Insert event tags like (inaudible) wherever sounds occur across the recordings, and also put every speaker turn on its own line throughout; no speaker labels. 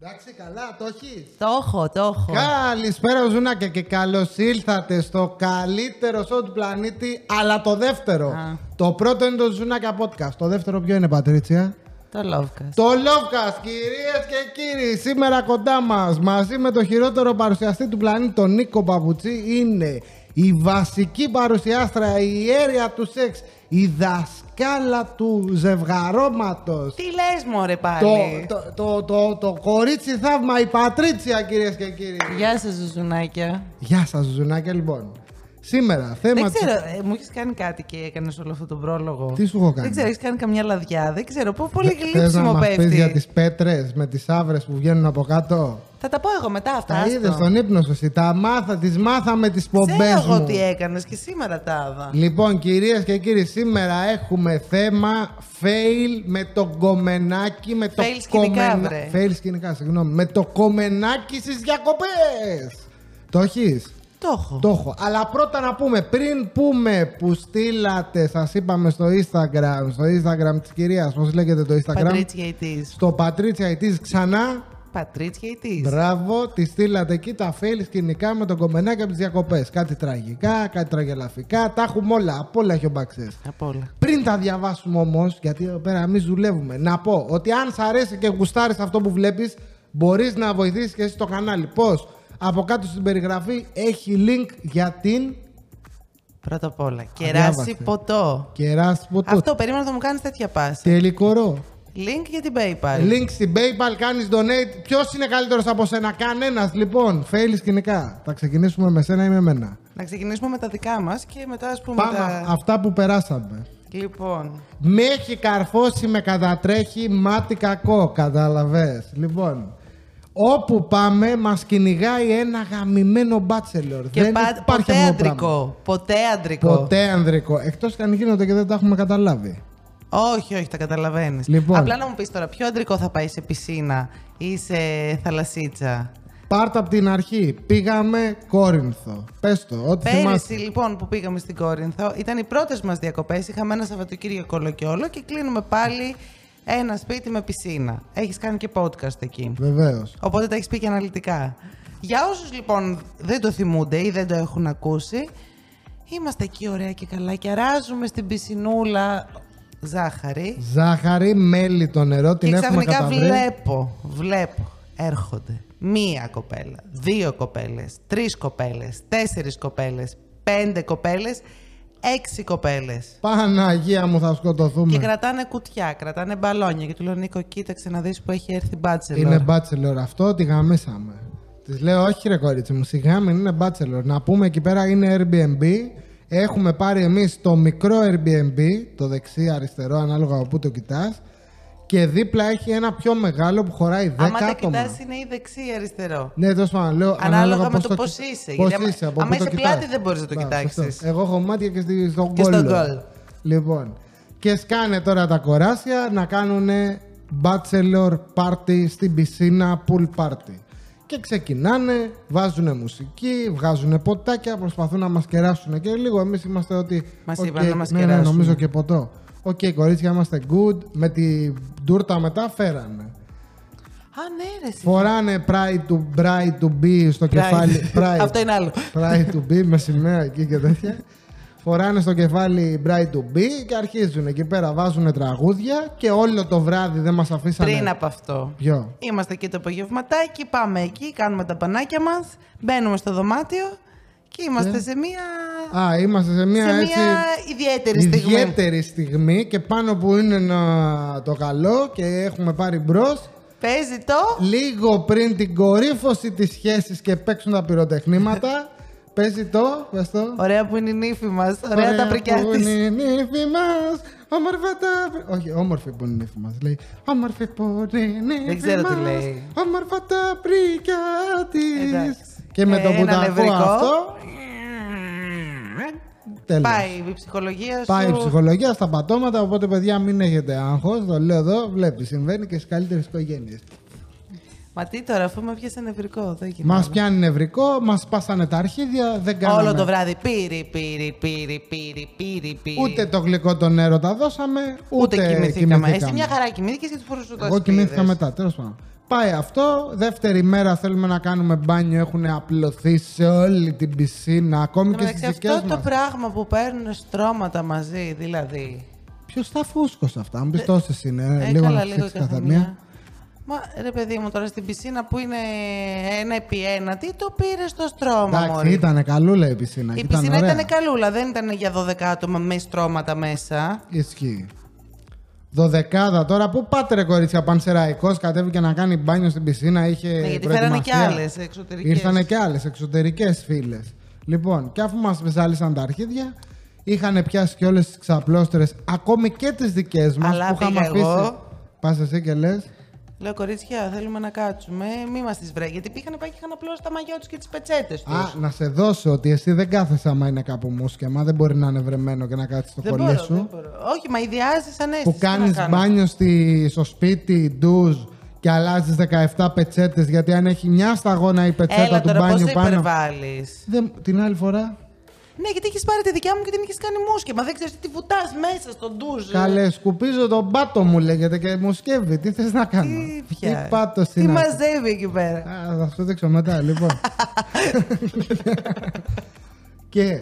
Εντάξει, καλά, το έχεις.
Το έχω, το έχω.
Καλησπέρα, Ζουνάκια, και καλώς ήρθατε στο καλύτερο show του πλανήτη, αλλά το δεύτερο.
Α.
Το πρώτο είναι το Ζουνάκια Podcast. Το δεύτερο ποιο είναι, Πατρίτσια.
Το Lovecast.
Το Lovecast, κυρίες και κύριοι, σήμερα κοντά μας, μαζί με το χειρότερο παρουσιαστή του πλανήτη, τον Νίκο Παπουτσί, είναι η βασική παρουσιάστρα, η αίρια του σεξ, η δασκάλα του ζευγαρώματος.
Τι λες μωρέ
Το,
πάλι.
το, το, το, το κορίτσι θαύμα, η Πατρίτσια, κυρίες και κύριοι.
Γεια σας ζουζουνάκια.
Γεια σας, Ζουζουνάκια, λοιπόν. Σήμερα θέμα
Δεν
της-
ξέρω, ε, μου έχεις κάνει κάτι και έκανες όλο αυτό τον πρόλογο.
Τι σου έχω κάνει?
Δεν ξέρω, έχεις κάνει καμιά λαδιά. Δεν ξέρω. Πω, πολύ
Θε- θες να
γλύψιμο
μας πεις
πέφτει.
για τις πέτρες με τις άβρες που βγαίνουν από κάτω.
Θα τα πω εγώ μετά αυτά.
Τα
άστο.
είδες στον ύπνο σου, εσύ. Τα μάθα, τις μάθαμε τις
Ξέρω
πομπές
εγώ
μου.
τι έκανες και σήμερα τα άδα.
Λοιπόν, κυρίες και κύριοι, σήμερα έχουμε θέμα fail με το κομμενάκι, με το
Fail σκηνικά,
κομμενα-
βρε.
Fail σκηνικά, συγγνώμη. Με το κομμενάκι στις διακοπές. Το έχεις?
Το έχω.
Το έχω. Αλλά πρώτα να πούμε, πριν πούμε που στείλατε, σας είπαμε στο Instagram, στο Instagram της κυρίας, πώς λέγεται το Instagram.
Πατρίτσια ητή.
Στο Πατρίτσια Ιτής ξανά.
Πατρίτσια ητή.
Μπράβο, τη στείλατε εκεί τα fail σκηνικά με τον κομμενάκι από τις διακοπές. Κάτι τραγικά, κάτι τραγελαφικά. Τα έχουμε όλα. Απ' όλα έχει ο Μπαξές.
Απ' όλα.
Πριν τα διαβάσουμε όμως, γιατί εδώ πέρα εμείς δουλεύουμε, να πω ότι αν σ' αρέσει και γουστάρεις αυτό που βλέπεις, μπορείς να βοηθήσεις και εσύ το κανάλι. Πώς? Από κάτω στην περιγραφή έχει link για την
Πρώτα απ' όλα.
διάβασε.
Κεράσι ποτό.
κεράσι που το
Αυτό περίμενα να μου κάνεις τέτοια πάση.
τελικό ρο.
Link για την PayPal.
Link στην PayPal, κάνεις donate. Ποιος είναι καλύτερος από σένα, κανένας λοιπόν. Fail σκηνικά. Θα ξεκινήσουμε με σένα ή με μένα.
Να ξεκινήσουμε με τα δικά μας και μετά ας πούμε.
Πάμε
τα...
αυτά που περάσαμε.
Λοιπόν.
Με έχει καρφώσει, με κατατρέχει, μάτι κακό, κατάλαβες. Λοιπόν, όπου πάμε μας κυνηγάει ένα γαμημένο μπάτσελορ.
Και
δεν
πα-
υπάρχει
ποτέ
αυτό το πράγμα.
αντρικό. Ποτέ αντρικό.
Ποτέ ανδρικό. Εκτός και αν γίνονται και δεν τα έχουμε καταλάβει.
Όχι, όχι, τα καταλαβαίνεις.
Λοιπόν.
Απλά να μου πεις τώρα, ποιο αντρικό θα πάει σε πισίνα ή σε θαλασσίτσα.
Πάρτα από την αρχή. Πήγαμε Κόρινθο. Πες το, ό,τι
Πέρυσι
θυμάσαι.
λοιπόν που πήγαμε στην Κόρινθο, ήταν οι πρώτες μας διακοπές. Είχαμε ένα Σαββατοκύριακο όλο και όλο και κλείνουμε πάλι ένα σπίτι με πισίνα. Έχεις κάνει και podcast εκεί.
Βεβαίως.
Οπότε τα έχεις πει και αναλυτικά. Για όσους λοιπόν δεν το θυμούνται ή δεν το έχουν ακούσει, είμαστε εκεί ωραία και καλά και αράζουμε στην πισινούλα ζάχαρη.
Ζάχαρη, μέλι το νερό, την
και
έχουμε
ξαφνικά
καταβρει.
βλέπω, βλέπω, έρχονται μία κοπέλα, δύο κοπέλες, τρεις κοπέλες, τέσσερις κοπέλες, πέντε κοπέλες, έξι κοπέλες.
Παναγία μου θα σκοτωθούμε.
Και κρατάνε κουτιά, κρατάνε μπαλόνια. Και του λέω Νίκο, κοίταξε να δεις που έχει έρθει μπάτσελο.
Είναι μπάτσελορ αυτό, τη γαμίσαμε. Της λέω, Όχι, ρε κορίτσι μου, σιγά μην είναι μπάτσελορ. Να πούμε εκεί πέρα είναι Airbnb. Έχουμε πάρει εμείς το μικρό Airbnb, το δεξί-αριστερό, ανάλογα από πού το κοιτάς. Και δίπλα έχει ένα πιο μεγάλο που χωράει 10
Άμα τα
άτομα.
κοιτάς είναι ή δεξί ή αριστερό.
Ναι, τόσο πάνω. Λέω,
Ανάλογα με
πώς
το
το
πώς
κοι-
είσαι,
πώς
γιατί άμα-
είσαι, από
άμα
πού το
είσαι πλάτη
κοιτάς.
δεν μπορείς να το
Μπράβο,
κοιτάξεις.
σωστό. Εγώ έχω μάτια και στη- στον
Και στον γκολ.
Λοιπόν, και σκάνε τώρα τα κοράσια να κάνουν bachelor party στην πισίνα pool party. Και ξεκινάνε, βάζουν μουσική, βγάζουν ποτάκια, προσπαθούν να μας κεράσουν και λίγο. Εμείς είμαστε ότι...
Μας
οκ,
είπαν να μας
ναι, ναι,
κεράσουν.
νομίζω και ποτό. Οκ, κορίτσια, είμαστε good. Με την τούρτα μετά φέρανε.
Α, ναι, ρε, εσύ.
Φοράνε pride to, bride to be στο
(laughs)
κεφάλι. Pride.
Αυτό είναι άλλο.
Pride to be με σημαία εκεί και τέτοια. Φοράνε στο κεφάλι bride to be και αρχίζουν εκεί πέρα. Βάζουν τραγούδια και όλο το βράδυ δεν μας αφήσανε.
Πριν από αυτό.
Ποιο.
Είμαστε εκεί το απογευματάκι, πάμε εκεί, κάνουμε τα πανάκια μας, μπαίνουμε στο δωμάτιο και είμαστε σε μία,
Α, είμαστε σε Ναι. μια
σε
έτσι.
μία ιδιαίτερη στιγμή.
Ιδιαίτερη στιγμή και πάνω που είναι να- το καλό και έχουμε πάρει μπρος.
Παίζει το...
Λίγο πριν την κορύφωση της σχέσης και παίξουν τα πυροτεχνήματα, (laughs) παίζει το, πες το.
Ωραία που είναι η νύφη μας, ωραία, τα πρικιά
που
της.
είναι η νύφη μας, όμορφα τα πρι- Όχι, όμορφη που είναι η νύφη μας, λέει. Όμορφη που είναι η νύφη
Δεν ξέρω τι
μας,
λέει.
Όμορφα τα πρικιά της.
Εντάξει.
Και με
Ε,
το που
ένα
τα ακούω
νευρικό.
αυτό, τέλος.
Πάει η ψυχολογία σου.
Πάει η ψυχολογία στα πατώματα, οπότε παιδιά μην έχετε άγχος, το λέω εδώ, βλέπεις, συμβαίνει και στις καλύτερες οικογένειες.
Μα τι τώρα, αφού με πιάσε νευρικό, δεν γινόταν.
Μα πιάνει νευρικό, μας σπάσανε τα αρχίδια, δεν κάναμε.
Όλο το βράδυ πήρε, πήρε, πήρε, πήρε, πήρε, πήρε.
Ούτε το γλυκό τον νερό τα δώσαμε, ούτε,
Ούτε κοιμηθήκαμε. Εσύ μια
χαρά.
χαρά κοιμήθηκες και τους φορούσε το
Εγώ κοιμήθηκα μετά, τέλος πάντων. Πάει αυτό. Δεύτερη μέρα θέλουμε να κάνουμε μπάνιο. Έχουν απλωθεί σε όλη την πισίνα, ακόμη και στι δικέ
αυτό το
μας.
πράγμα που παίρνουν στρώματα μαζί, δηλαδή.
Ποιος τα φούσκωσε αυτά, μου πει τόσε είναι.
Ε,
λίγο
καλά,
να ψήξει κάθε μία.
Μα ρε παιδί μου, τώρα στην πισίνα που είναι ένα επί ένα, τι το πήρε στο στρώμα μου.
Εντάξει, ήτανε καλούλα η πισίνα.
Η
ήταν
πισίνα
ωραία.
ήταν καλούλα, δεν ήταν για 12 άτομα με στρώματα μέσα.
Ισχύει. Δωδεκάδα τώρα, πού πάτε ρε κορίτσια, πανσεραϊκός κατέβηκε να κάνει μπάνιο στην πισίνα, είχε.
Ναι, γιατί φέρανε και
Ε, προετοιμασία.
άλλες εξωτερικές.
Ήρθανε και άλλες εξωτερικές φίλες. Λοιπόν, και αφού μας ζάλισαν τα αρχίδια, είχαν πιάσει και όλες τις ξαπλώστερε, ακόμη και τις δικές μας
Αλλά
που είχαμε
πήγα εγώ.
αφήσει. Πας εσύ και λες.
Λέω κορίτσια, θέλουμε να κάτσουμε. Μη μας τις βρέ. Γιατί πήγανε πάει και είχαν απλώσει τα μαγιά τους και τις πετσέτες του.
Α, να σε δώσω ότι εσύ δεν κάθεσαι άμα είναι κάπου μουσκεμα. Δεν μπορεί να είναι βρεμένο και να κάτσεις στο
δεν
κολλή
μπορώ,
σου.
δεν μπορώ. Όχι, μα ιδιάζεις σαν αίσθηση.
που
Τι να
κάνεις
κάνω.
μπάνιο στη, στο σπίτι, ντουζ και αλλάζεις 17 πετσέτες. Γιατί αν έχει μια σταγόνα η πετσέτα
Έλα
του
τώρα, πώ
μπάνιου πάνω.
υπερβάλλεις.
Δεν, την άλλη φορά.
Ναι, γιατί είχε πάρει τη δικιά μου και την είχε κάνει μουσκεμα. Δεν ξέρεις τι βουτάς μέσα στον ντουζ.
Καλέ, σκουπίζω τον πάτο μου λέγεται και μου σκεύει. Τι θες να κάνω.
Τι πια.
Τι πάτος
Τι
είναι. αυτό?
μαζεύει εκεί πέρα.
Α, θα σου δείξω μετά,
(laughs)
λοιπόν. και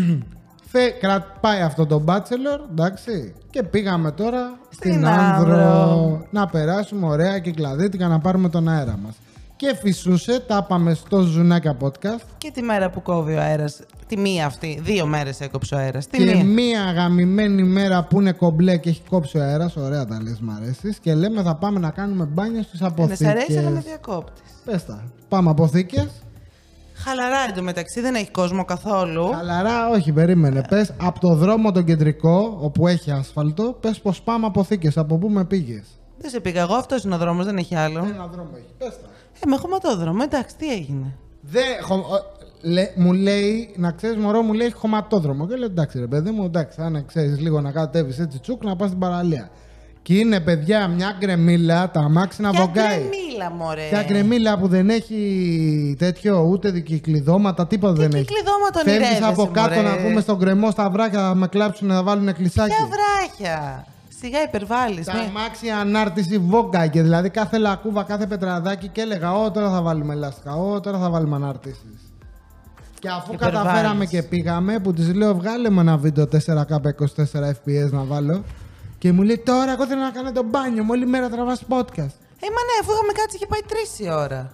(clears throat) θε, κρα- πάει αυτό το μπάτσελορ, εντάξει. Και πήγαμε τώρα στην,
Στην
Άνδρο.
Άνδρο.
να περάσουμε ωραία κυκλαδίτικα να πάρουμε τον αέρα μας. Και φυσούσε, τα είπαμε στο Ζουνάκια Podcast.
Και τη μέρα που κόβει ο αέρας. Τη μία αυτή. Δύο μέρες έκοψε ο αέρας. Τη
Και
μία. Ε,
μία γαμημένη μέρα που είναι κομπλέ και έχει κόψει ο αέρας, ωραία τα λες, μ' αρέσεις. Και λέμε θα πάμε να κάνουμε μπάνια στις
Ναι, σ' αρέσει, αλλά με
αποθήκε.
διακόπτη.
Πες τα. Πάμε αποθήκες.
Χαλαρά εντωμεταξύ, δεν έχει κόσμο καθόλου.
Χαλαρά, όχι, περίμενε. Πες από το δρόμο τον κεντρικό, όπου έχει άσφαλτο, πες πως πάμε αποθήκες. Από πού με πήγες.
Δεν σε πήγα εγώ, αυτός είναι ο δρόμος, δεν έχει άλλο.
Ένα δρόμο έχει. Πες τα.
Ε, με χωματόδρομο, εντάξει, τι έγινε.
Δε, χω- ο- λέ- μου λέει, να ξέρεις, μωρό μου λέει χωματόδρομο. Και λέω εντάξει, ρε παιδί μου, εντάξει, αν ξέρεις λίγο να κατέβεις έτσι τσούκ να πας στην παραλία. Και είναι παιδιά μια γκρεμίλα, τα αμάξι να
Ποια
βογκάει.
γκρεμίλα, μωρέ.
Μια γκρεμίλα που δεν έχει τέτοιο, ούτε κυκλειδώματα, τίποτα δεν έχει.
κυκλειδώματα ονειρεύεσαι,
από κάτω
μωρέ.
να πούμε στον κρεμό στα βράχια, θα με κλάψουν να βάλουν κλεισάκι.
Ποια βράχια. Σιγά υπερβάλλεις.
Τα αμάξια ανάρτηση βόγκα και δηλαδή κάθε λακκούβα, κάθε πετραδάκι και έλεγα Ω τώρα θα βάλουμε λάστιχα, Ω τώρα θα βάλουμε ανάρτησης. Και αφού
Υπερβάλλεις.
καταφέραμε και πήγαμε, που της λέω βγάλε μου ένα βίντεο 4K24 FPS να βάλω. Και μου λέει τώρα εγώ θέλω να κάνω το μπάνιο μου, όλη μέρα τραβάς podcast.
Ε, μα ναι, αφού είχαμε κάτσει και πάει τρεις η ώρα.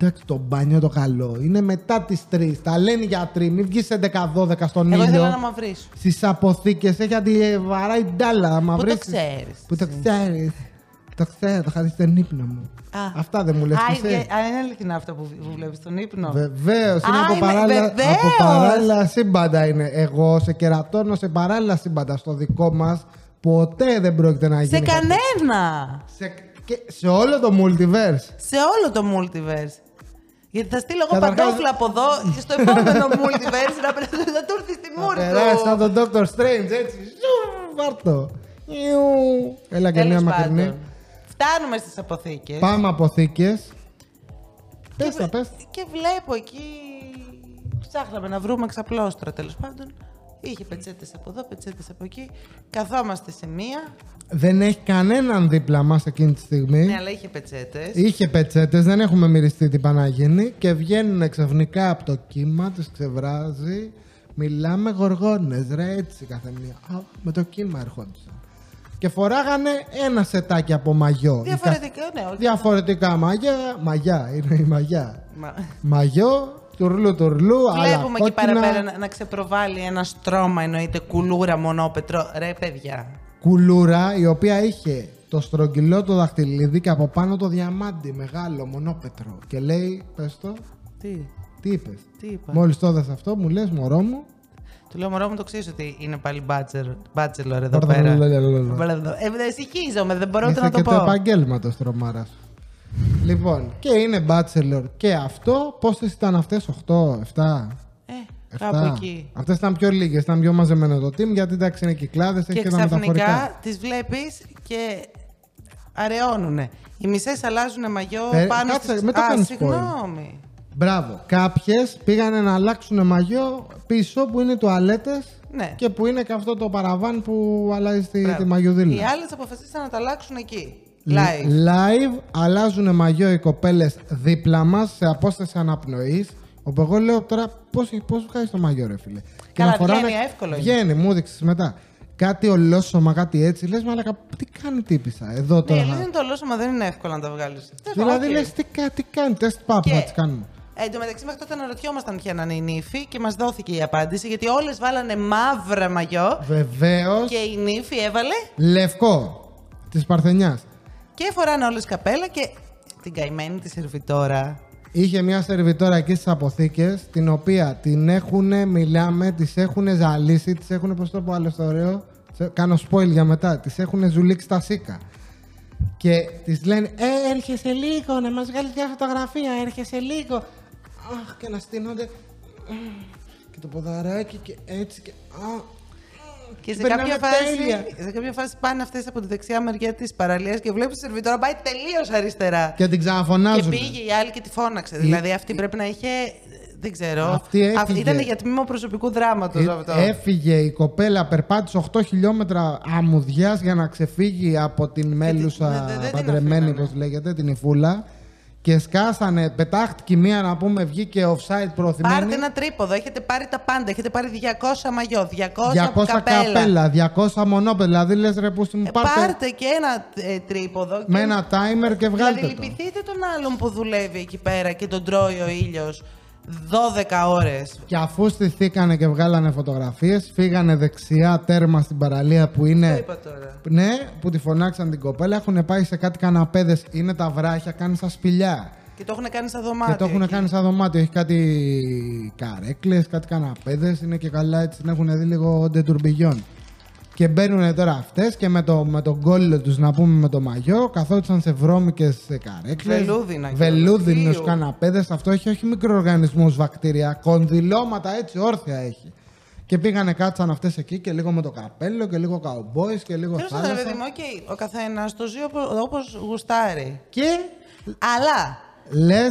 Εντάξει, το μπάνιο το καλό είναι μετά τις 3. Τα λένε οι γιατροί, μην βγεις 11-12 στον
Εγώ
ήλιο.
ήθελα να μαυρίσω.
Στις αποθήκες έχει αντιβαράει ντάλα. να
Πού το
μαυρίσεις.
ξέρεις.
Που το ξέρεις. Το ξέρω, το είχα δει στον ύπνο μου.
Α.
Αυτά δεν μου λες.
Α, είναι- α, είναι αληθινά αυτά που, που βλέπεις στον ύπνο.
Βεβαίως, είναι
Α,
από
είμαι-
παράλληλα,
βεβαίως.
από παράλληλα σύμπαντα. Είναι. Εγώ σε κερατώνω σε παράλληλα σύμπαντα. Στο δικό μας ποτέ δεν πρόκειται να γίνει.
Σε
κάτι.
κανένα!
Σε, και, σε όλο το multiverse.
Σε όλο το multiverse. Γιατί θα στείλω εγώ
Καταρχάς-
παντόφλα από εδώ και στο επόμενο multiverse να περάσω να του έρθει στη μούρη του.
Περάσει σαν τον Dr. Strange έτσι. Ζου, Βάρτο. Ιου. Έλα και μια
Τέλος
μακρινή.
πάντων. Φτάνουμε στις αποθήκες.
Πάμε αποθήκες. Πες
Και
τα,
βε-
πες.
Και βλέπω εκεί. Ψάχναμε να βρούμε ξαπλώστρα τέλος πάντων. Είχε πετσέτες από εδώ, πετσέτες από εκεί. Καθόμαστε σε μία.
Δεν έχει κανέναν δίπλα μας εκείνη τη στιγμή.
Ναι, αλλά είχε πετσέτες.
Είχε πετσέτες, δεν έχουμε μυριστεί τι Παναγίνη και βγαίνουν ξαφνικά από το κύμα, του ξεβράζει. Μιλάμε γοργόνες, ρε, έτσι κάθε μία. Α, με το κύμα ερχόντουσαν. Και φοράγανε ένα σετάκι από μαγιό. Η καθ-
Διαφορετικά, ναι, όχι.
Διαφορετικά μαγιά, μαγιά είναι η μαγιά.
Μα-
Μαγιό, τουρλού τουρλού, αλλά
Βλέπουμε εκεί
κόκκινα,
παραπέρα να, να ξεπροβάλλει ένα στρώμα, εννοείται κουλούρα μονόπετρο. Ρε, παιδιά.
κουλούρα η οποία είχε το στρογγυλό το δαχτυλίδι και από πάνω το διαμάντι μεγάλο μονόπετρο. Και λέει, πες το,
Τι,
τι είπες.
τι είπα.
Μόλις το είδες αυτό μου λες μωρό μου,
Του λέω μωρό μου το ξέρεις ότι είναι πάλι μπάτσελ- μπάτσελορ εδώ πέρα.
Μπορδελολολολολο.
Ε, δεν Συγχύζομαι, δεν μπορώ ούτε
Είσαι
να το
και το
πω.
επαγγέλματος τρομάρας. Λοιπόν, και είναι bachelor και αυτό, πόσες ήταν αυτές, 8, 7,
Ε, κάπου
7.
εκεί.
Αυτές ήταν πιο λίγες, ήταν πιο μαζεμένο το team γιατί εντάξει είναι κυκλάδες, έχει
Και
και τα μεταφορικά.
ξαφνικά τις βλέπεις και αραιώνουνε. Οι μισές αλλάζουν μαγιό
Ε,
πάνω
κάτσε,
στις-
μην το
Α,
κάνεις
συγγνώμη.
Μπράβο. Κάποιες πήγανε να αλλάξουν μαγιό πίσω που είναι οι τουαλέτες
Ναι.
και που είναι και αυτό το παραβάν που αλλάζει τη,
Μπράβο.
τη μαγιοδήλα.
Οι άλλες αποφασίσαν να τα αλλάξουν εκεί.
Λ-
Live.
Live αλλάζουν μαγιό οι κοπέλες δίπλα μας σε απόσταση αναπνοής. Όπου εγώ λέω τώρα πώς πώς βγάζει το μαγιό, ρε φίλε.
Καλά, βγαίνει, εύκολο είναι.
Βγαίνει, μου έδειξες μετά. Κάτι ολόσωμα, κάτι έτσι. Λες, μα τι κάνει η τύπησα εδώ
Ναι,
τώρα.
λες είναι το ολόσωμα, δεν είναι εύκολο να τα βγάλει.
δηλαδή, λες, τι, κα- τι κάνει, τεστ πάπου,
Και-
έτσι κάνουμε.
Εν τω μεταξύ, Ε, μέχρι τότε αναρωτιόμασταν ποια να είναι η νύφη και μας δόθηκε η απάντηση γιατί όλες βάλανε μαύρα μαγιό
Βεβαίως,
και η νύφη έβαλε
λευκό της Παρθενιάς.
και φοράνε όλες καπέλα και την καημένη της σερβιτόρα.
Είχε μια σερβιτόρα εκεί στις αποθήκες, την οποία την έχουν, μιλάμε, τις έχουν ζαλίσει, τις έχουν, πώς το πω άλλο στο ωραίο, σε- κάνω spoil για μετά, τις έχουν ζουλήξει τα σίκα. Και τη λένε, Ε, έρχεσαι λίγο, να μας βγάλεις μια φωτογραφία, έρχεσαι λίγο. Αχ, και να στείνονται. μμμ, Και το ποδαράκι και έτσι και. Α,
Και σε
περνάμε
κάποια, φάση,
τέλεια.
σε κάποια φάση πάνε αυτές από τη δεξιά μεριά της παραλίας και βλέπεις τη σερβιτόρα πάει τελείως αριστερά.
Και την
Και
ξαναφωνάζουν.
πήγε η άλλη και τη φώναξε. Δηλαδή αυτή πρέπει να είχε. Δεν ξέρω.
Αυτή έφυγε.
Ήταν για τμήμα προσωπικού δράματος αυτό.
Ε, Έφυγε η κοπέλα, περπάτησε 8 χιλιόμετρα αμμουδιάς για να ξεφύγει από την μέλουσα
δε- δε- δεν την
παντρεμένη,
αφήνανε.
όπως λέγεται, την Ιφούλα. Και σκάσανε, πετάχτηκε η μία να πούμε, βγήκε offside προωθημένη.
Πάρτε ένα τρίποδο. Έχετε πάρει τα πάντα. Έχετε πάρει 200 μαγιό, 200,
200
καπέλα.
καπέλα, 200 μονόπεδα. Δηλαδή λες ρε πούστη μου,
Ε,
πάρτε,
πάρτε. και ένα ε, τρίποδο. και-
με ένα timer και βγάλτε
δηλαδή,
το.
λυπηθείτε τον άλλον που δουλεύει εκεί πέρα και τον τρώει ο ήλιος 12 ώρες.
Και αφού στηθήκανε και βγάλανε φωτογραφίες, φύγανε δεξιά τέρμα στην παραλία που είναι.
Το είπα τώρα.
Ναι, που τη φωνάξαν την κοπέλα, έχουν πάει σε κάτι καναπέδες, είναι τα βράχια, κάνει σαν σπηλιά.
Και το έχουν κάνει στα δωμάτια.
και το έχουν
εκεί.
κάνει σαν δωμάτιο. Έχει κάτι καρέκλες, κάτι καναπέδες, είναι και καλά έτσι, την έχουν δει λίγο ντετουρμπιγιόν. Και μπαίνουν τώρα αυτές και με, το, με τον κόλλο τους, να πούμε με το μαγιό, καθόντουσαν σε βρώμικες καρέκλες.
Βελούδινα και
Βελούδινους
όλα.
καναπέδες. Αυτό έχει όχι μικροοργανισμούς, βακτήρια, κονδυλώματα έτσι όρθια έχει. Και πήγανε κάτσαν αυτές εκεί και λίγο με το καπέλο και λίγο καουμπόι και λίγο
Τέλος πάντων, ρε
θάλασσα.
παιδί μου, οκ, ο καθένας το ζει όπως γουστάρει.
Και
Αλλά
Λες,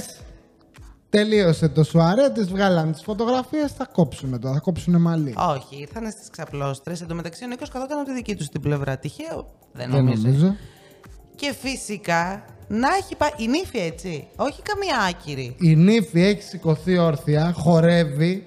τελείωσε το σουαρέ, τις βγάλαν τις φωτογραφίες, θα κόψουμε τώρα, θα κόψουν μαλλί.
Όχι, ήρθαν στις ξαπλώστρες. Εν τω μεταξύ, ο Νίκος καθόταν από τη δική του την πλευρά. Τυχαίο, δεν
Δεν
νομίζω.
νομίζω.
Και φυσικά να έχει πάει. Η νύφη, έτσι. Όχι καμία άκυρη.
Η νύφη έχει σηκωθεί όρθια, χορεύει.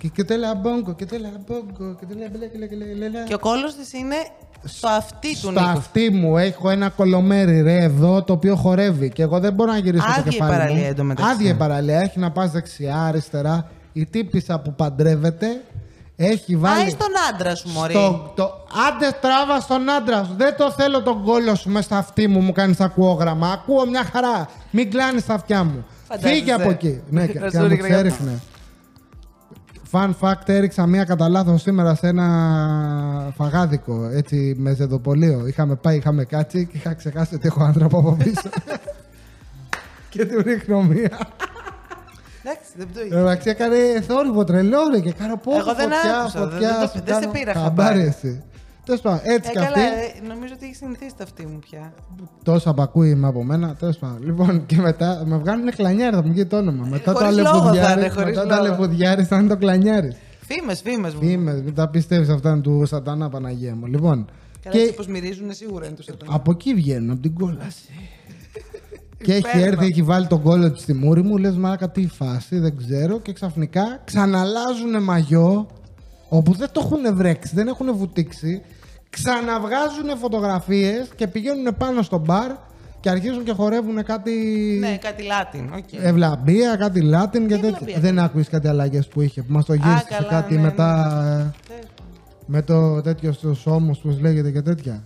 Και, και τέλα μπόγκο, και τέλα μπόγκο, και τέλα μπλε, και λε, και λε, λε, λε.
Και ο κόλος της είναι στο αυτί του
Στα
Νίκου.
αυτή μου έχω ένα κολομέρι ρε εδώ το οποίο χορεύει και εγώ δεν μπορώ να γυρίσω
Άδεια
το
η
κεφάλι
παραλία,
μου.
εντωμεταξύ.
Άδεια η παραλία, έχει να πας δεξιά, αριστερά. Η τύπησα που παντρεύεται έχει βάλει...
Άι στον άντρα σου, Μωρή.
Στο, το, άντε τράβα στον άντρα σου. Δεν το θέλω τον κόλο σου μέσα στα αυτή μου, μου κάνεις ακουόγραμμα. Ακούω μια χαρά. Μην κλάνεις τα αυτιά μου.
Φαντάζεσαι.
Φύγε από εκεί.
(laughs)
ναι, και,
Να
και
σου
να μου
ρίχνε
ξέριχνε. Fun fact, έριξα μία κατά λάθος σήμερα σε ένα φαγάδικο, έτσι, με ζεδοπολείο. Είχαμε πάει, είχαμε κάτσει και είχα ξεχάσει ότι έχω άντρα από από
(laughs)
πίσω. και του ρίχνω μία.
Εντάξει, δεν το είχε.
Εντάξει, Ε, έκανε θόρυβο τρελό, ρε, και κάνω πόδι.
Εγώ δεν
φωτιά,
άκουσα, δεν-
φωτιά,
δεν το-
σου
δεν σε
κάνω
πήρα
χαμπάρι.
χαμπάρι.
εσύ. Τέλος πάντων, έτσι
Ε,
κι
καλά,
αυτή.
ε, νομίζω ότι έχει συνηθίσει τα αυτή μου πια.
Τόσα μπακούι είμαι από μένα. Τέλος πάντων, λοιπόν, και μετά με βγάλουν κλανιάρι, θα μου βγει το όνομα. Μετά το
Ε, χωρίς λόγο θα είναι,
αλεφουδιάρι.
χωρίς
Μετά το
λόγο.
αλεφουδιάρι θα είναι το κλανιάρι.
Φήμες, φήμες μου.
Είμαι, μην τα πιστεύεις αυτά είναι του Σατανά Παναγία μου. Λοιπόν,
Καλά,
και Ε,
έτσι πως μυρίζουν σίγουρα είναι του σατανά.
από εκεί βγαίνω, από την
(laughs)
κόλαση. και έχει
Υπέροχα.
έρθει, έχει βάλει τον κόλλο της στη μούρη μου. Λες, μάρακα τι φάση, δεν ξέρω. Και ξαφνικά ξαναλάζουν μαγιό όπου δεν το έχουν βρέξει, δεν έχουν βουτήξει. Ξαναβγάζουν φωτογραφίες και πηγαίνουν πάνω στο μπαρ και αρχίζουν και χορεύουν κάτι.
Ναι, κάτι Λάτιν. οκ.
Ε. Ευλαμπία, κάτι Latin και τέτοια.
ευλαμπία? ναι.
Δεν ακούει κάτι αλλαγές που είχε. Που μας το γύρισε σε
καλά,
κάτι
ναι, ναι.
μετά. ε, Με το τέτοιο στους ώμους, πώ λέγεται και τέτοια.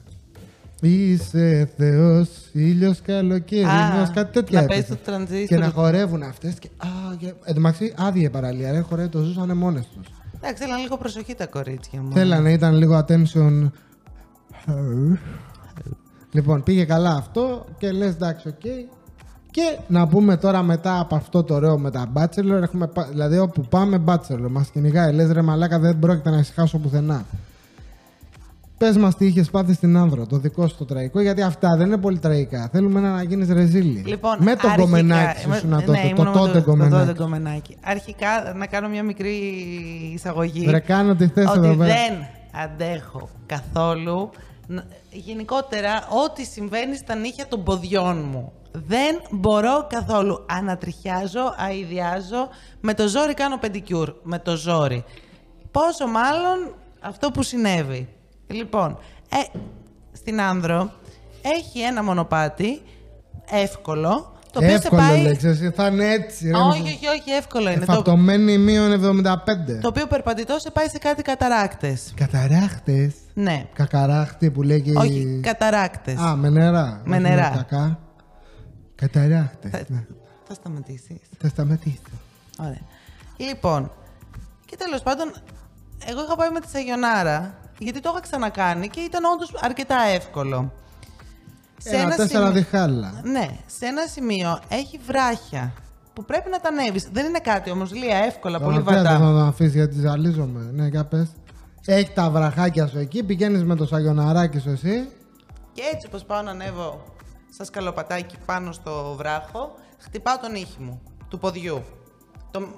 Είσαι Θεός, ήλιος καλοκαιρινό,
Α,
Ε, κάτι τέτοια.
να παίζει
έπαιζε.
το transistor.
Και να χορεύουν αυτές. Και... Α, και... Εν τω μεταξύ, άδεια η παραλία. Ρε, χορεύει, το ζούσανε μόνες τους.
Εντάξει, θέλανε λίγο προσοχή τα κορίτσια μου.
Θέλανε, ήταν λίγο attention. λοιπόν, πήγε καλά αυτό και λες εντάξει, οκ. Και να πούμε τώρα μετά από αυτό το ωραίο με τα Bachelor, έχουμε, πα- δηλαδή όπου πάμε Bachelor, μας κυνηγάει, λες ρε μαλάκα δεν πρόκειται να ησυχάσω πουθενά. Πες μας τι είχες πάθει στην άνδρο, το δικό σου το τραγικό, γιατί αυτά δεν είναι πολύ τραγικά. Θέλουμε να γίνεις ρεζίλη.
Λοιπόν,
με το
αρχικά-
κομμενάκι σου
με-
σου να
ναι,
τότε.
ήμουν
το
με
τότε
Το τότε
κομμενάκι.
κομμενάκι. Αρχικά να κάνω μια μικρή εισαγωγή.
Βρε, κάνω ό,τι θες
Ότι
εδώ πέρα.
δεν αντέχω καθόλου. ν- Γενικότερα, ό,τι συμβαίνει στα νύχια των ποδιών μου. Δεν μπορώ καθόλου. Ανατριχιάζω, αηδιάζω. Με το ζόρι κάνω πεντικιούρ. Με το ζόρι. Πόσο μάλλον αυτό που συνέβη. Λοιπόν, ε, στην Άνδρο έχει ένα μονοπάτι εύκολο. Το οποίο σε
Εύκολο
πάει.
λέξεις, εσύ θα είναι έτσι. ρε,
Όχι,
μου.
όχι, όχι,
ε,
εύκολο Ε, είναι. Το,
Εφαπτωμένη μείον 75.
το οποίο περπατητό σε πάει σε κάτι καταράκτε.
Καταράχτες.
Ναι.
Κακαράχτη που λέγει.
Όχι, καταράκτε.
Α, με νερά.
Με
όχι
νερά. Ε,
Κακά. Καταράχτες.
Θα, θα σταματήσεις.
Θα σταματήσω.
Ωραία. Λοιπόν, και τέλος πάντων, εγώ είχα πάει με τη Σαγιονάρα, γιατί το είχα ξανακάνει και ήταν όντως αρκετά εύκολο.
Ένα τέσσερα
σημείο-
διχάλα.
Ναι, σε ένα σημείο έχει βράχια που πρέπει να τα ανέβεις. Δεν είναι κάτι όμως, Λία, εύκολα,
Τώρα
πολύ
τι άλλο
βατά.
θα τον αφήσεις γιατί ζαλίζομαι. Ναι, για πες. Έχει τα βραχάκια σου εκεί, πηγαίνεις με το σαγιοναράκι σου εσύ.
Και έτσι πως πάω να ανέβω σαν σκαλοπατάκι πάνω στο βράχο, χτυπάω τον ήχη μου, του ποδιού. Το,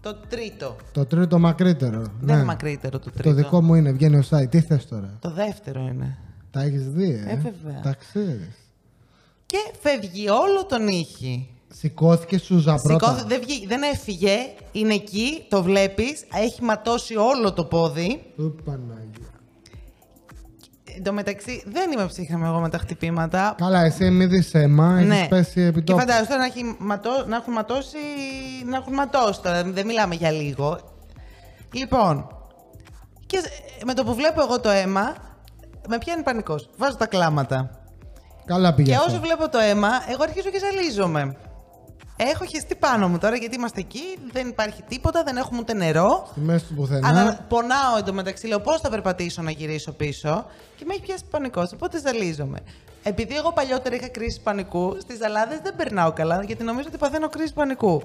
το τρίτο.
Το τρίτο μακρύτερο. Ναι.
Δεν είναι μακρύτερο το τρίτο.
Το δικό μου είναι, βγαίνει ο site. Τι θες τώρα.
Το δεύτερο είναι.
Τα έχεις δει, ε.
Ε, βέβαια.
Τα ξέρεις.
Και φεύγει όλο τον ήχη.
Σηκώθηκε σούζα πρώτα.
Σηκώθηκε, δεν, βγήκε, δεν έφυγε, είναι εκεί, το βλέπεις, έχει ματώσει όλο το πόδι. Ε,
Ου, Παναγία.
Εν τω μεταξύ δεν είμαι ψύχαμε εγώ με τα χτυπήματα.
Καλά, εσύ μη δεις αίμα, έχεις πέσει επί
Ναι. Και
τόπου.
φαντάζομαι τώρα να, έχει ματώ- να έχουν ματώσει. Να έχουν ματώσει τώρα. Δεν μιλάμε για λίγο. Λοιπόν. Και σ- με το που βλέπω εγώ το αίμα, με πιάνει πανικός. Βάζω τα κλάματα.
Καλά πήγες
Και
αυτό.
όσο βλέπω το αίμα, εγώ αρχίζω και ζαλίζομαι. Έχω χεστεί πάνω μου τώρα γιατί είμαστε εκεί, δεν υπάρχει τίποτα, δεν έχουμε ούτε νερό.
Στη μέση του πουθενά.
Ανα... Πονάω εντωμεταξύ, λέω πώς θα περπατήσω να γυρίσω πίσω. Και με έχει πιάσει πανικός, οπότε ζαλίζομαι. Επειδή εγώ παλιότερα είχα κρίση πανικού, στις ζαλάδες δεν περνάω καλά, γιατί νομίζω ότι παθαίνω κρίση πανικού.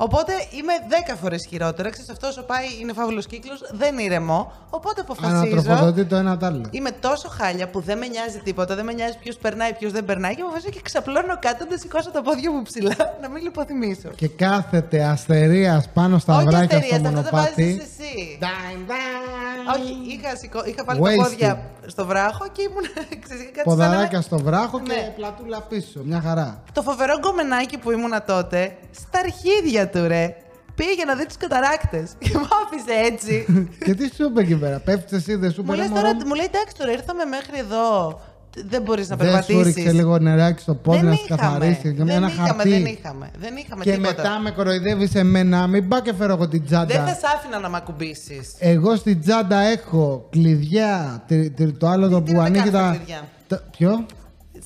Οπότε είμαι 10 φορέ χειρότερα. Ξέρεις, αυτός ο πάει είναι φαύλος κύκλος, δεν ηρεμώ. Οπότε αποφασίζω.
Ανατροφοδοτεί το ένα τ' άλλο.
Είμαι τόσο χάλια που δεν με νοιάζει τίποτα, δεν με νοιάζει ποιος περνάει, ποιος δεν περνάει. Και αποφασίζω και ξαπλώνω κάτω, δεν σηκώσω τα πόδια μου ψηλά, (laughs) να μην λιποθυμίσω.
Και κάθεται αστερίας πάνω στα
Όχι
βράχια στο
αστερίας, αυτά τα βάζει
μονοπάτι.
εσύ.
Ντάιν, ντάιν.
Όχι, είχα, σηκώ- είχα βάλει
Wasted.
τα πόδια στο βράχο και ήμουν. (laughs) ξέρεις, κάτι σαν να
Ποδαράκια
με-
στο βράχο και
Ναι.
πλατούλα πίσω. Μια χαρά.
Το φοβερό γκομενάκι που ήμουνα τότε, στα αρχίδια του ρε. Πήγε να δει τους καταράκτες (laughs) και μ' άφησε έτσι.
και τι σου είπε εκεί πέρα, πέφτεις εσύ, δεν σου είπε.
μου,
ρε
λες
μωρό
τώρα,
μου.
μου λέει εντάξει τώρα, ήρθαμε μέχρι εδώ. Δεν μπορείς να
Δεν σου ρίξε
περπατήσει.
λίγο νεράκι στο πόδι
δεν
να σε
είχαμε.
καθαρίσει.
δεν,
με ένα
είχαμε
χαρτί.
δεν είχαμε. Δεν είχαμε
Και
τίποτα.
μετά με κοροϊδεύεις εμένα, μην πάω και φέρω εγώ την τσάντα.
Δεν θα σ' άφηνα να μ' ακουμπήσεις.
Εγώ στην τσάντα έχω κλειδιά. τρι- τρι- Το άλλο το
τι
που
να τα
ανοίγει
κάνεις
τα.
με κλειδιά?
τα- Ποιο?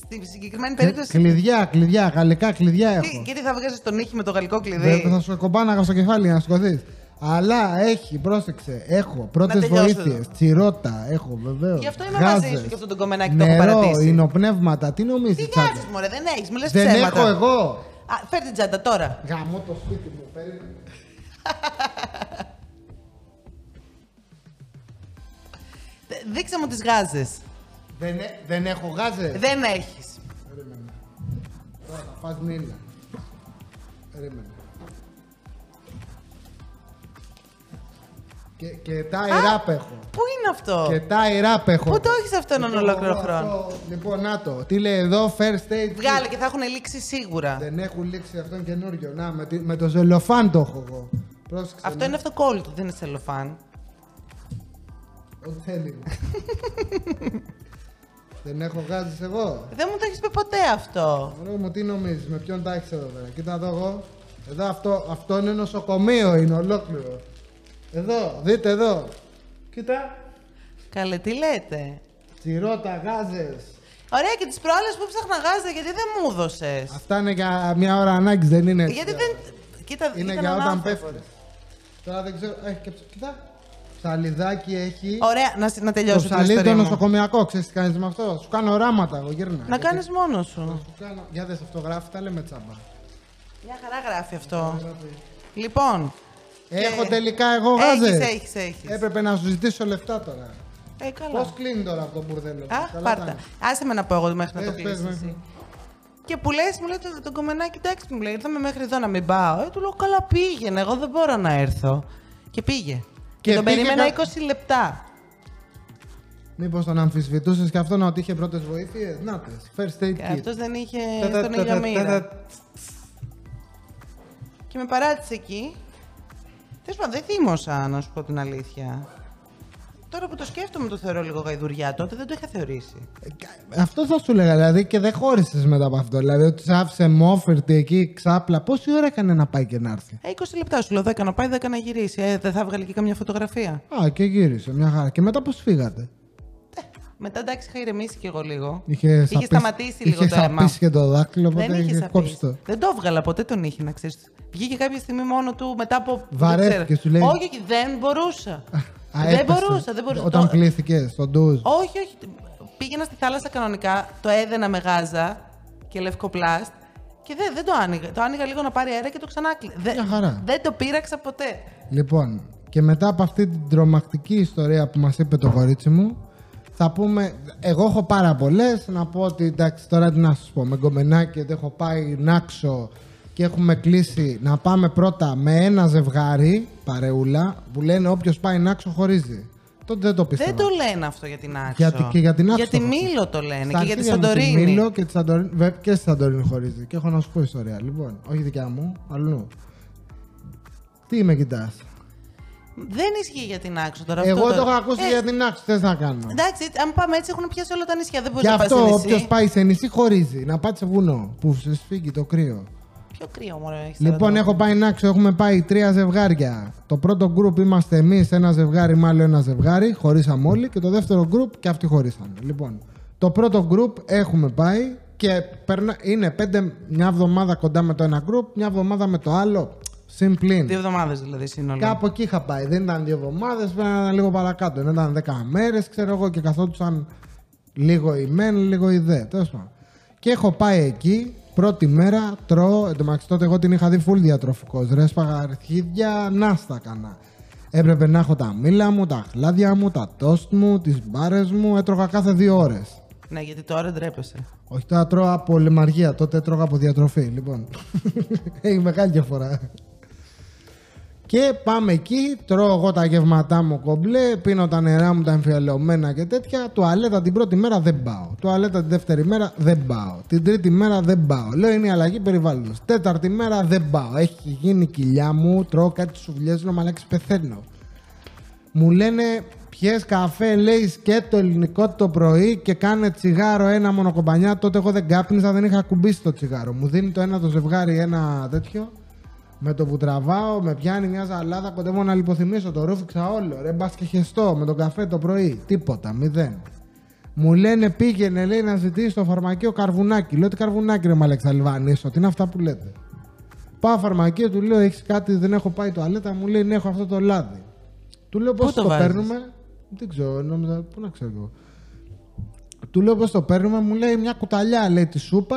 Στη συγκεκριμένη
Ε,
περίπτωση.
Κλειδιά, κλειδιά, γαλλικά κλειδιά
τι,
έχω.
και τι θα βγάζεις τον ήχη με το γαλλικό κλειδί.
Δεν θα σου κομπάναγα στο κεφάλι για να σηκωθείς. Αλλά έχει, πρόσεξε, έχω πρώτες
τελειώσω
βοήθειες,
εδώ.
τσιρότα έχω βεβαίως.
Γι' αυτό είμαι μαζί σου και αυτό το κομμενάκι το έχω
Νερό,
παρατήσει.
ινοπνεύματα, τι νομίζεις.
Τι κάτσε, Μωρέ, δεν έχεις, μου λες
Δεν
ψέματα.
έχω εγώ.
Α, φέρ την τσάντα τώρα.
Γαμώ το σπίτι μου, περίμενε.
Δε- Δείξε μου τις γάζες.
Δεν, ε- δεν έχω γάζες.
Δεν έχεις.
Περίμενε. Τώρα θα φας νύλα. Περίμενε. Και, και τα ράπ έχω.
Πού είναι αυτό.
Και τα ράπ έχω.
Πού το έχεις αυτόν τον
Λοιπόν,
ολόκληρο
αυτό-
χρόνο?
Λοιπόν, να το. Τι λέει εδώ, first aid.
Βγάλε και θα έχουν λήξει σίγουρα.
Δεν έχουν λήξει αυτόν καινούριο. Να, με, τη- με το ζελοφάν το έχω εγώ. Πρόσεξε. ναι.
Αυτό
με.
είναι αυτοκόλλητο, δεν είναι σελοφάν.
Ό,τι θέλει.
(laughs)
δεν έχω γάζες εγώ.
Δεν μου το έχεις πει ποτέ αυτό.
Μωρό μου, τι νομίζεις, με ποιον τα έχεις εδώ πέρα. Κοίτα εδώ εγώ. Εδώ αυτό, αυτό είναι νοσοκομείο, είναι ολόκληρο. Εδώ, δείτε εδώ. Κοίτα.
Καλέ, τι λέτε.
Τσιρότα, γάζες.
Ωραία, και τις προάλλε που ψάχνα γάζα, γιατί δεν μου έδωσες.
Αυτά είναι για μια ώρα ανάγκης, δεν είναι. έτσι.
Γιατί δεν. Κοίτα,
Είναι
ήταν
για
ένα
όταν
άνθρωπος.
πέφτεις. Τώρα δεν ξέρω. Έχει και ψ- Κοίτα. Ψαλιδάκι έχει.
Ωραία, να,
το
να τελειώσω την
ψαλίδι το
ιστορία μου.
νοσοκομιακό. Ξέρεις τι κάνεις με αυτό. Σου κάνω οράματα, εγώ γύρνα.
Να κάνεις μόνος σου.
Σου κάνω... Για δες αυτό γράφει, τα λέμε τσάμπα.
Μια χαρά γράφει αυτό. Λοιπόν,
Έχω
Και-
τελικά εγώ γάζες.
έχεις, έχεις, έχεις.
Έπρεπε να σου ζητήσω λεφτά τώρα.
Ε, καλά.
Πώς κλείνει τώρα αυτό το μπουρδέλο.
Α,
Καλά
πάρτα.
κάνεις.
Άσε με να πω εγώ μέχρι να
Ε,
το
πες
κλείσεις.
με.
εσύ. Και που λες, μου λέει το, το κομμενάκι, εντάξει, μου λέει, ήρθαμε μέχρι εδώ να μην πάω. Ε, του λέω, καλά πήγαινε, εγώ δεν μπορώ να έρθω. Και πήγε. Και,
Και
τον
πήγε
περίμενα
κα-
20 λεπτά.
Μήπως τον αμφισβητούσες και αυτό να ότι είχε πρώτες βοήθειες. Να τες, First aid
Και
kit.
αυτός δεν είχε
Τα- τα-
στον
τα- τα-
ίδιο
τα-
μοίρα.
τα-
Και με παράτησε εκεί. Τέλος πάντων, δεν θύμωσα, να σου πω την αλήθεια. Τώρα που το σκέφτομαι, το θεωρώ λίγο γαϊδουριά. Τότε δεν το είχα θεωρήσει.
Αυτό θα σου λέγα, δηλαδή και δεν χώρισες μετά από αυτό. Δηλαδή ότι σ' άφησε μόφερτη εκεί ξάπλα. Πόση ώρα έκανε να πάει και να έρθει.
Ε, 20 λεπτά σου λέω, 10 να πάει, 10 να γυρίσει. Ε, δεν θα βγάλει και καμιά φωτογραφία.
Α, και γύρισε, μια χαρά. Και μετά πώς φύγατε.
Μετά εντάξει, είχα ηρεμήσει κι εγώ λίγο.
Είχε, σαπίσει-
σταματήσει λίγο
είχε
το αίμα.
σαπίσει και το δάκτυλο, οπότε
Δεν είχε
είχε κόψει το.
σαπίσει. Δεν το έβγαλα ποτέ τον είχε, να ξέρεις. Βγήκε κάποια στιγμή μόνο του μετά από. δεν
Βαρέθηκε,
ξέρω.
σου λέει.
Όχι, όχι, δεν μπορούσα.
Α,
δεν
έπεσε.
μπορούσα, δεν μπορούσα.
Όταν
Το-
πλήθηκε στον ντουζ.
Όχι, όχι. Πήγαινα στη θάλασσα κανονικά, το έδαινα με γάζα και λευκοπλάστ και δεν, δεν το άνοιγα. Το άνοιγα λίγο να πάρει αέρα και το ξανά κλει-
Μια
Δεν,
χαρά.
δεν το πείραξα ποτέ.
Λοιπόν, και μετά από αυτή την τρομακτική ιστορία που μας είπε το κορίτσι μου, θα πούμε. Εγώ έχω πάρα πολλές. Να πω ότι εντάξει, τώρα τι να σας πω. Με γκομενάκι ότι έχω πάει νάξο και έχουμε κλείσει να πάμε πρώτα με ένα ζευγάρι παρεούλα που λένε όποιος πάει νάξο χωρίζει. Τότε δεν το πιστεύω.
Δεν το λένε αυτό για την Άξο.
Γιατί- και για την Άξο
Για τη
το έχω
Μήλο το λένε
Στα
και για τη
αρχίδια μου
Σαντορίνη.
Μήλο και τη Σαντορίνη. Βε- Και στη Σαντορίνη χωρίζει. Και έχω να σου πω ιστορία. Λοιπόν, όχι δικιά μου, αλλού. Τι με κοιτάς.
Δεν ισχύει για την Άξο τώρα. αυτό
Εγώ το
τώρα.
έχω ακούσει
Ε,
για την άξο. Τι να κάνω.
Εντάξει, αν πάμε έτσι έχουν πιάσει όλα τα νησιά. Δεν μπορεί
Γι'
να πάει σε
αυτό
νησί.
όποιος πάει σε νησί χωρίζει. Να πάτε σε βουνό που σε σφίγγει το κρύο.
Πιο κρύο μόνο έχεις
Λοιπόν, έχω πάει Νάξο, έχουμε πάει τρία ζευγάρια. Το πρώτο γκρουπ είμαστε εμείς, ένα ζευγάρι, μάλλον ένα ζευγάρι, χωρίσαμε όλοι. Και το δεύτερο γκρουπ και αυτοί χωρίσανε. Λοιπόν, το πρώτο γκρουπ έχουμε πάει και περνα... είναι πέντε, μια εβδομάδα κοντά με το ένα γκρουπ, μια εβδομάδα με το άλλο. Συμπλήν.
Δύο εβδομάδες δηλαδή σύνολο.
Κάπου εκεί είχα πάει. Δεν ήταν δύο εβδομάδες, ήταν λίγο παρακάτω. Ήταν δέκα μέρες, ξέρω εγώ, και καθόντουσαν λίγο η μεν, λίγο η δε. Τέλος πάντων. Και έχω πάει εκεί, πρώτη μέρα, τρώω. Εν τω μεταξύ τότε εγώ την είχα δει full διατροφικός. Ρέσπαγα αρχίδια, να στα κανά. Έπρεπε να έχω τα μήλα μου, τα χλάδια μου, τα τόστ μου, τις μπάρες μου. Έτρωγα κάθε δύο ώρες.
Ναι, γιατί τώρα ντρέπεσαι.
Όχι τώρα τρώω από λεμαργία, τότε τρώγα από διατροφή. Λοιπόν, έχει μεγάλη διαφορά. Και πάμε εκεί, τρώω εγώ τα γευματά μου κομπλέ, πίνω τα νερά μου τα εμφιαλωμένα και τέτοια. Τουαλέτα την πρώτη μέρα δεν πάω. Τουαλέτα την δεύτερη μέρα δεν πάω. Την τρίτη μέρα δεν πάω. Λέω είναι η αλλαγή περιβάλλοντος. Τέταρτη μέρα δεν πάω. Έχει γίνει κοιλιά μου, τρώω κάτι σουβλιές, να μ' αλλάξει πεθαίνω. Μου λένε πιες καφέ λέει σκέτο ελληνικό το πρωί και κάνε τσιγάρο ένα μονοκομπανιά. Τότε εγώ δεν κάπνιζα, δεν είχα κουμπίσει το τσιγάρο. Μου δίνει το ένα το ζευγάρι ένα τέτοιο. Με το που τραβάω, με πιάνει μια ζαλάδα, κοντεύω να λιποθυμίσω. Το ρούφιξα όλο. Ρε μπας και χεστό με τον καφέ το πρωί. Τίποτα, μηδέν. Μου λένε πήγαινε, λέει να ζητήσει στο φαρμακείο καρβουνάκι. Λέω τι καρβουνάκι ρε μαλεξαλβανίσο, τι είναι αυτά που λέτε. Πάω φαρμακείο, του λέω: Έχεις κάτι, δεν έχω πάει τουαλέτα. Μου λέει: Ναι, έχω αυτό το λάδι. Του λέω:
Πού
Πώ
το
το,
βάζεις?
παίρνουμε. Δεν ξέρω, νόμιζα. Πού να ξέρω εγώ. Του λέω: Πώς το παίρνουμε. Μου λέει: Μια κουταλιά λέει της σούπας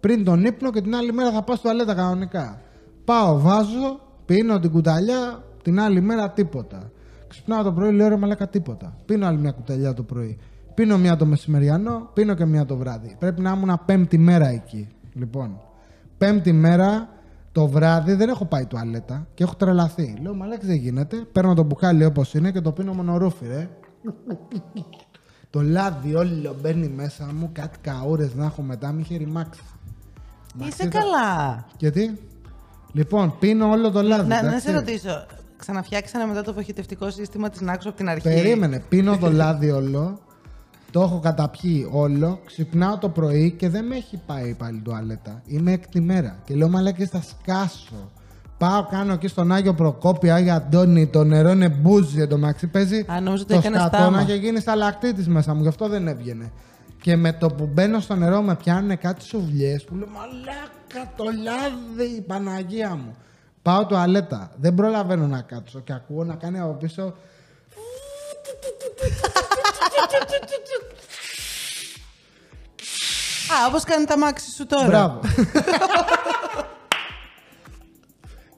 πριν τον ύπνο και την άλλη μέρα θα πάω στο τουαλέτα κανονικά. Πάω, βάζω, πίνω την κουταλιά, την άλλη μέρα τίποτα. Ξυπνάω το πρωί, λέω ρε μαλάκα τίποτα. Πίνω άλλη μια κουταλιά το πρωί. Πίνω μια το μεσημεριανό, πίνω και μια το βράδυ. Πρέπει να ήμουν πέμπτη μέρα εκεί. Λοιπόν, Πέμπτη μέρα το βράδυ δεν έχω πάει τουαλέτα και έχω τρελαθεί. Λέω μαλάκα δεν γίνεται. Παίρνω το μπουκάλι όπως είναι και το πίνω μονορούφι, ρε. το λάδι όλο μπαίνει μέσα μου, κάτι καούρες να έχω μετά, με είχε ρημάξει.
Είσαι καλά.
Γιατί? Λοιπόν, πίνω όλο το λάδι.
Να, να
εντάξει.
σε ρωτήσω. Ξαναφτιάξανε μετά το φοχετευτικό σύστημα της Νάξο από την αρχή.
Περίμενε,
(laughs)
πίνω το λάδι όλο. Το έχω καταπιεί όλο, ξυπνάω το πρωί και δεν με έχει πάει πάλι τουαλέτα. Είμαι έκτη μέρα και λέω μαλάκα θα σκάσω. Πάω, κάνω εκεί στον Άγιο Προκόπη, Άγιο Αντώνη, το νερό είναι μπούζι εντωμεταξύ. Παίζει
Α, νόμιζα το
το
έκανες τάμα.
σκατόνα και γίνει σαλακτήτη μέσα μου, γι' αυτό δεν έβγαινε. Και με το που μπαίνω στο νερό με πιάνουν κάτι σουβλιές που λέω Μαλάκα το λάδι, η Παναγία μου. Πάω τουαλέτα, δεν προλαβαίνω να κάτσω και ακούω να κάνει από πίσω
Α, όπως κάνει τα μάξι σου τώρα.
Μπράβο.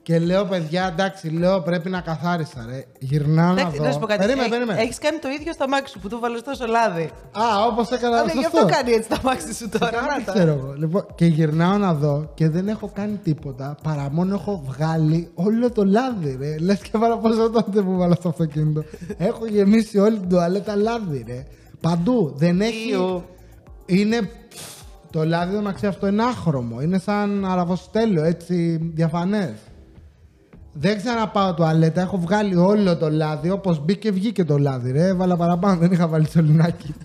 Και λέω, παιδιά, εντάξει, λέω, πρέπει να καθάρισα, ρε. Γυρνάω να
Εντάξει,
δω.
να σου πω κάτι.
Περίμενε,
Έχ-
περίμενε.
Έχεις κάνει το ίδιο στα μάξι σου που του βάλω στο σολάδι.
Α, όπως έκανα
Άρα γι'
Ε, σωστό.
αυτό κάνει έτσι τα μάξι σου τώρα.
Κάτι
να τα.
ξέρω εγώ. Λοιπόν, και γυρνάω να δω και δεν έχω κάνει τίποτα παρά μόνο έχω βγάλει όλο το λάδι, ρε. Λες και παραπάνω τότε που βάλα στο αυτοκίνητο. έχω γεμίσει όλη την τουαλέτα λάδι, ρε. Παντού. Δεν έχει.
Ιου.
Είναι. Το λάδι δεν αξίζει αυτό είναι άχρωμο. Είναι σαν αραβοστέλιο, έτσι διαφανές. Δεν ξαναπάω τουαλέτα. Έχω βγάλει όλο το λάδι. Όπως μπήκε, βγήκε το λάδι. Ρε, έβαλα παραπάνω. Δεν είχα βάλει σωληνάκι.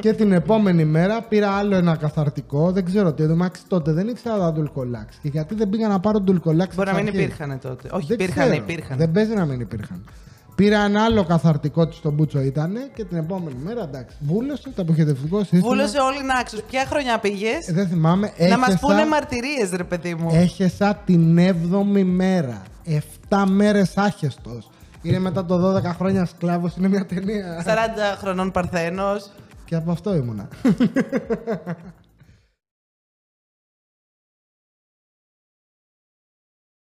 και την επόμενη μέρα πήρα άλλο ένα καθαρτικό. Δεν ξέρω τι. Εν τω μεταξύ τότε δεν ήξερα τα ντουλκολάξ. Και γιατί δεν πήγα να πάρω ντουλκολάξ.
Μπορεί να
εξ
μην
αρχής.
υπήρχαν τότε. Όχι,
Δεν
υπήρχαν,
ξέρω.
υπήρχαν.
Δεν παίζει να μην υπήρχαν. Πήρα ένα άλλο καθαρτικό του στον Μπούτσο ήταν και την επόμενη μέρα εντάξει. Βούλωσε το αποχαιρετικό σύστημα.
Βούλωσε όλη να άξω. Ποια χρονιά πήγες.
Ε, Δεν θυμάμαι.
Να μας
Έχεσα- Ε,
πούνε μαρτυρίες, ρε παιδί μου.
Έχεσα την 7η μέρα. 7 μέρες άχεστος. Είναι μετά το 12 χρόνια σκλάβος, είναι μια ταινία.
40 χρονών Παρθένος.
Και από αυτό ήμουνα.